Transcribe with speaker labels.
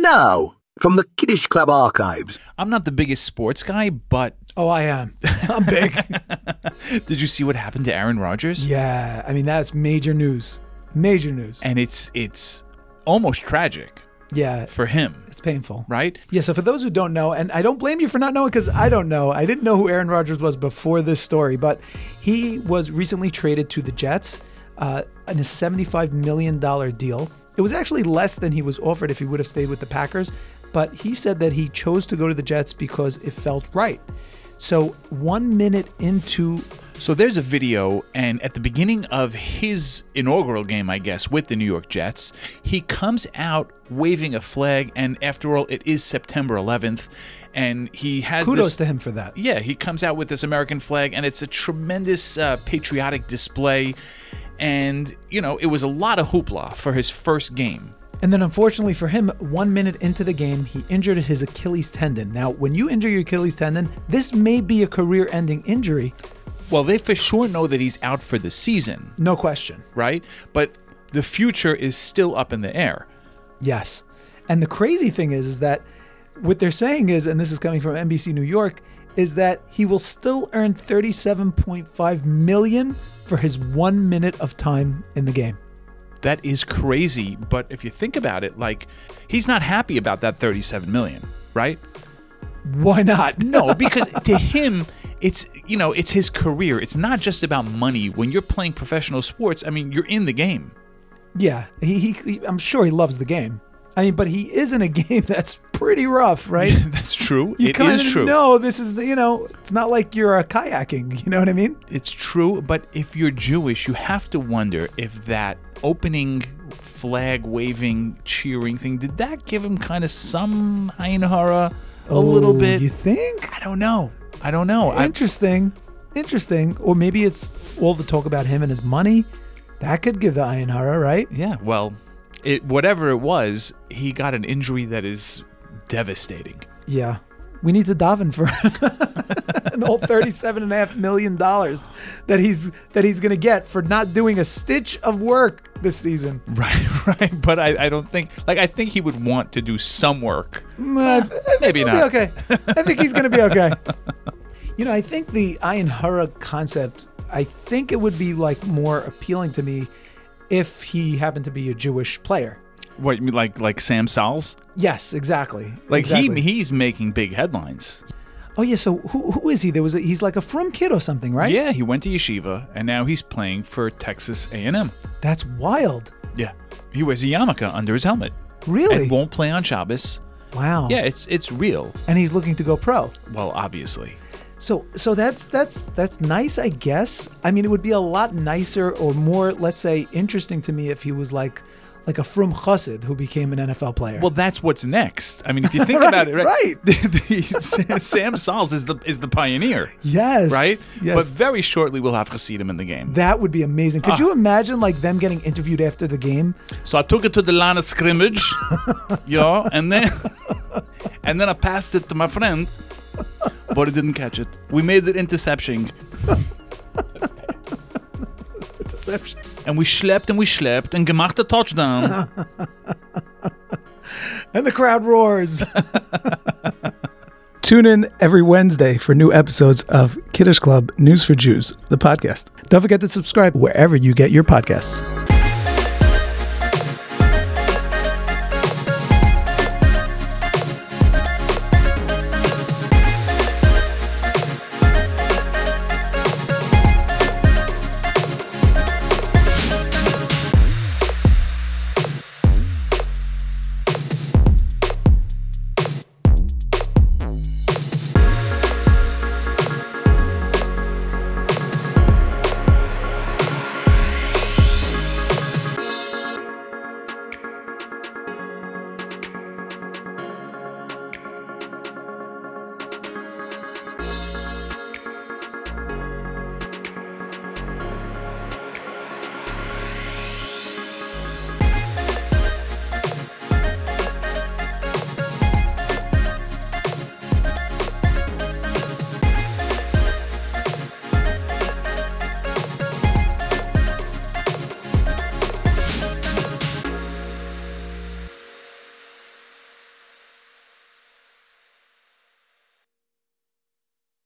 Speaker 1: No, from the Kiddish Club archives.
Speaker 2: I'm not the biggest sports guy, but
Speaker 3: Oh, I am. I'm big.
Speaker 2: did you see what happened to Aaron Rodgers?
Speaker 3: yeah. I mean, that's major news. Major news.
Speaker 2: And it's it's almost tragic
Speaker 3: yeah.
Speaker 2: for him,
Speaker 3: It's painful.
Speaker 2: right?
Speaker 3: Yeah, so for those who don't know, and I don't blame you for not knowing because I don't know. I didn't know who Aaron Rodgers was before this story, but he was recently traded to the Jets uh, in a $75 million deal. It was actually less than he was offered if he would have stayed with the Packers, but he said that he chose to go to the Jets because it felt right. So one minute into
Speaker 2: So there's a video, and at the beginning of his inaugural game, I guess, with the New York Jets, he comes out waving a flag, and after all, it is September 11th, and he has
Speaker 3: kudos
Speaker 2: this-
Speaker 3: to him for that.
Speaker 2: Yeah, he comes out with this American flag, and it's a tremendous uh, patriotic display. And, you know, it was a lot of hoopla for his first game.
Speaker 3: And then, unfortunately for him, one minute into the game, he injured his Achilles tendon. Now, when you injure your Achilles tendon, this may be a career ending injury,
Speaker 2: Well, they for sure know that he's out for the season,
Speaker 3: no question.
Speaker 2: right? But the future is still up in the air.
Speaker 3: Yes. And the crazy thing is, is that what they're saying is, and this is coming from NBC New York, is that he will still earn 37.5 million for his one minute of time in the game.
Speaker 2: That is crazy. But if you think about it, like, he's not happy about that 37 million, right?
Speaker 3: Why not?
Speaker 2: No, because to him, it's you know, it's his career. It's not just about money. When you're playing professional sports, I mean, you're in the game.
Speaker 3: Yeah, he, he, he I'm sure he loves the game. I mean, but he is in a game that's pretty rough, right?
Speaker 2: That's true.
Speaker 3: You
Speaker 2: it
Speaker 3: kind
Speaker 2: is
Speaker 3: of
Speaker 2: true.
Speaker 3: know this is, the- you know, it's not like you're uh, kayaking. You know what I mean?
Speaker 2: It's true, but if you're Jewish, you have to wonder if that opening flag waving, cheering thing did that give him kind of some ayin hara a little
Speaker 3: Oh,
Speaker 2: bit?
Speaker 3: You think?
Speaker 2: I don't know. I don't know. I,
Speaker 3: Interesting. Interesting. Or maybe it's all the talk about him and his money. That could give the Ayanhara, right?
Speaker 2: yeah. Well, it whatever it was, he got an injury that is devastating.
Speaker 3: Yeah. We need to daven for an old thirty-seven and a half million dollars that he's that he's gonna get for not doing a stitch of work this season.
Speaker 2: Right, right. But I, I don't think like I think he would want to do some work.
Speaker 3: Mm, I- I think
Speaker 2: Uh, maybe
Speaker 3: he'll
Speaker 2: not.
Speaker 3: Be okay. I think he's gonna be okay. you know, I think the Ayanhara concept. I think it would be like more appealing to me if he happened to be a Jewish player.
Speaker 2: What you mean like like Sam Sal's?
Speaker 3: Yes, exactly.
Speaker 2: Like
Speaker 3: exactly.
Speaker 2: he he's making big headlines.
Speaker 3: Oh yeah. So who who is he? There was a, he's like a from kid or something, right?
Speaker 2: Yeah, he went to yeshiva and now he's playing for Texas A&M.
Speaker 3: That's wild.
Speaker 2: Yeah, he wears a yarmulke under his helmet
Speaker 3: Really?
Speaker 2: and won't play on Shabbos.
Speaker 3: Wow.
Speaker 2: Yeah, it's it's real.
Speaker 3: And he's looking to go pro.
Speaker 2: Well, obviously.
Speaker 3: So so that's that's that's nice, I guess. I mean, it would be a lot nicer or more, let's say, interesting to me if he was like like a from chassid who became an NFL player.
Speaker 2: Well, that's what's next. I mean, if you think about it, right?
Speaker 3: right.
Speaker 2: the- Sam Salz is the is the pioneer,
Speaker 3: yes.
Speaker 2: right?
Speaker 3: Yes.
Speaker 2: But Ah. very shortly we'll have Hasidim in the game.
Speaker 3: that would be amazing. Could you imagine like them getting interviewed after the game?
Speaker 2: So I took it to the line of scrimmage, yeah, and then and then I passed it to my friend, but he didn't catch it. We made it interception,
Speaker 3: Deception.
Speaker 2: and we schlepped and we schlepped and gemacht a touchdown.
Speaker 3: And the crowd roars. Tune in every Wednesday for new episodes of Kiddish Club News for Jews, the podcast. Don't forget to subscribe wherever you get your podcasts.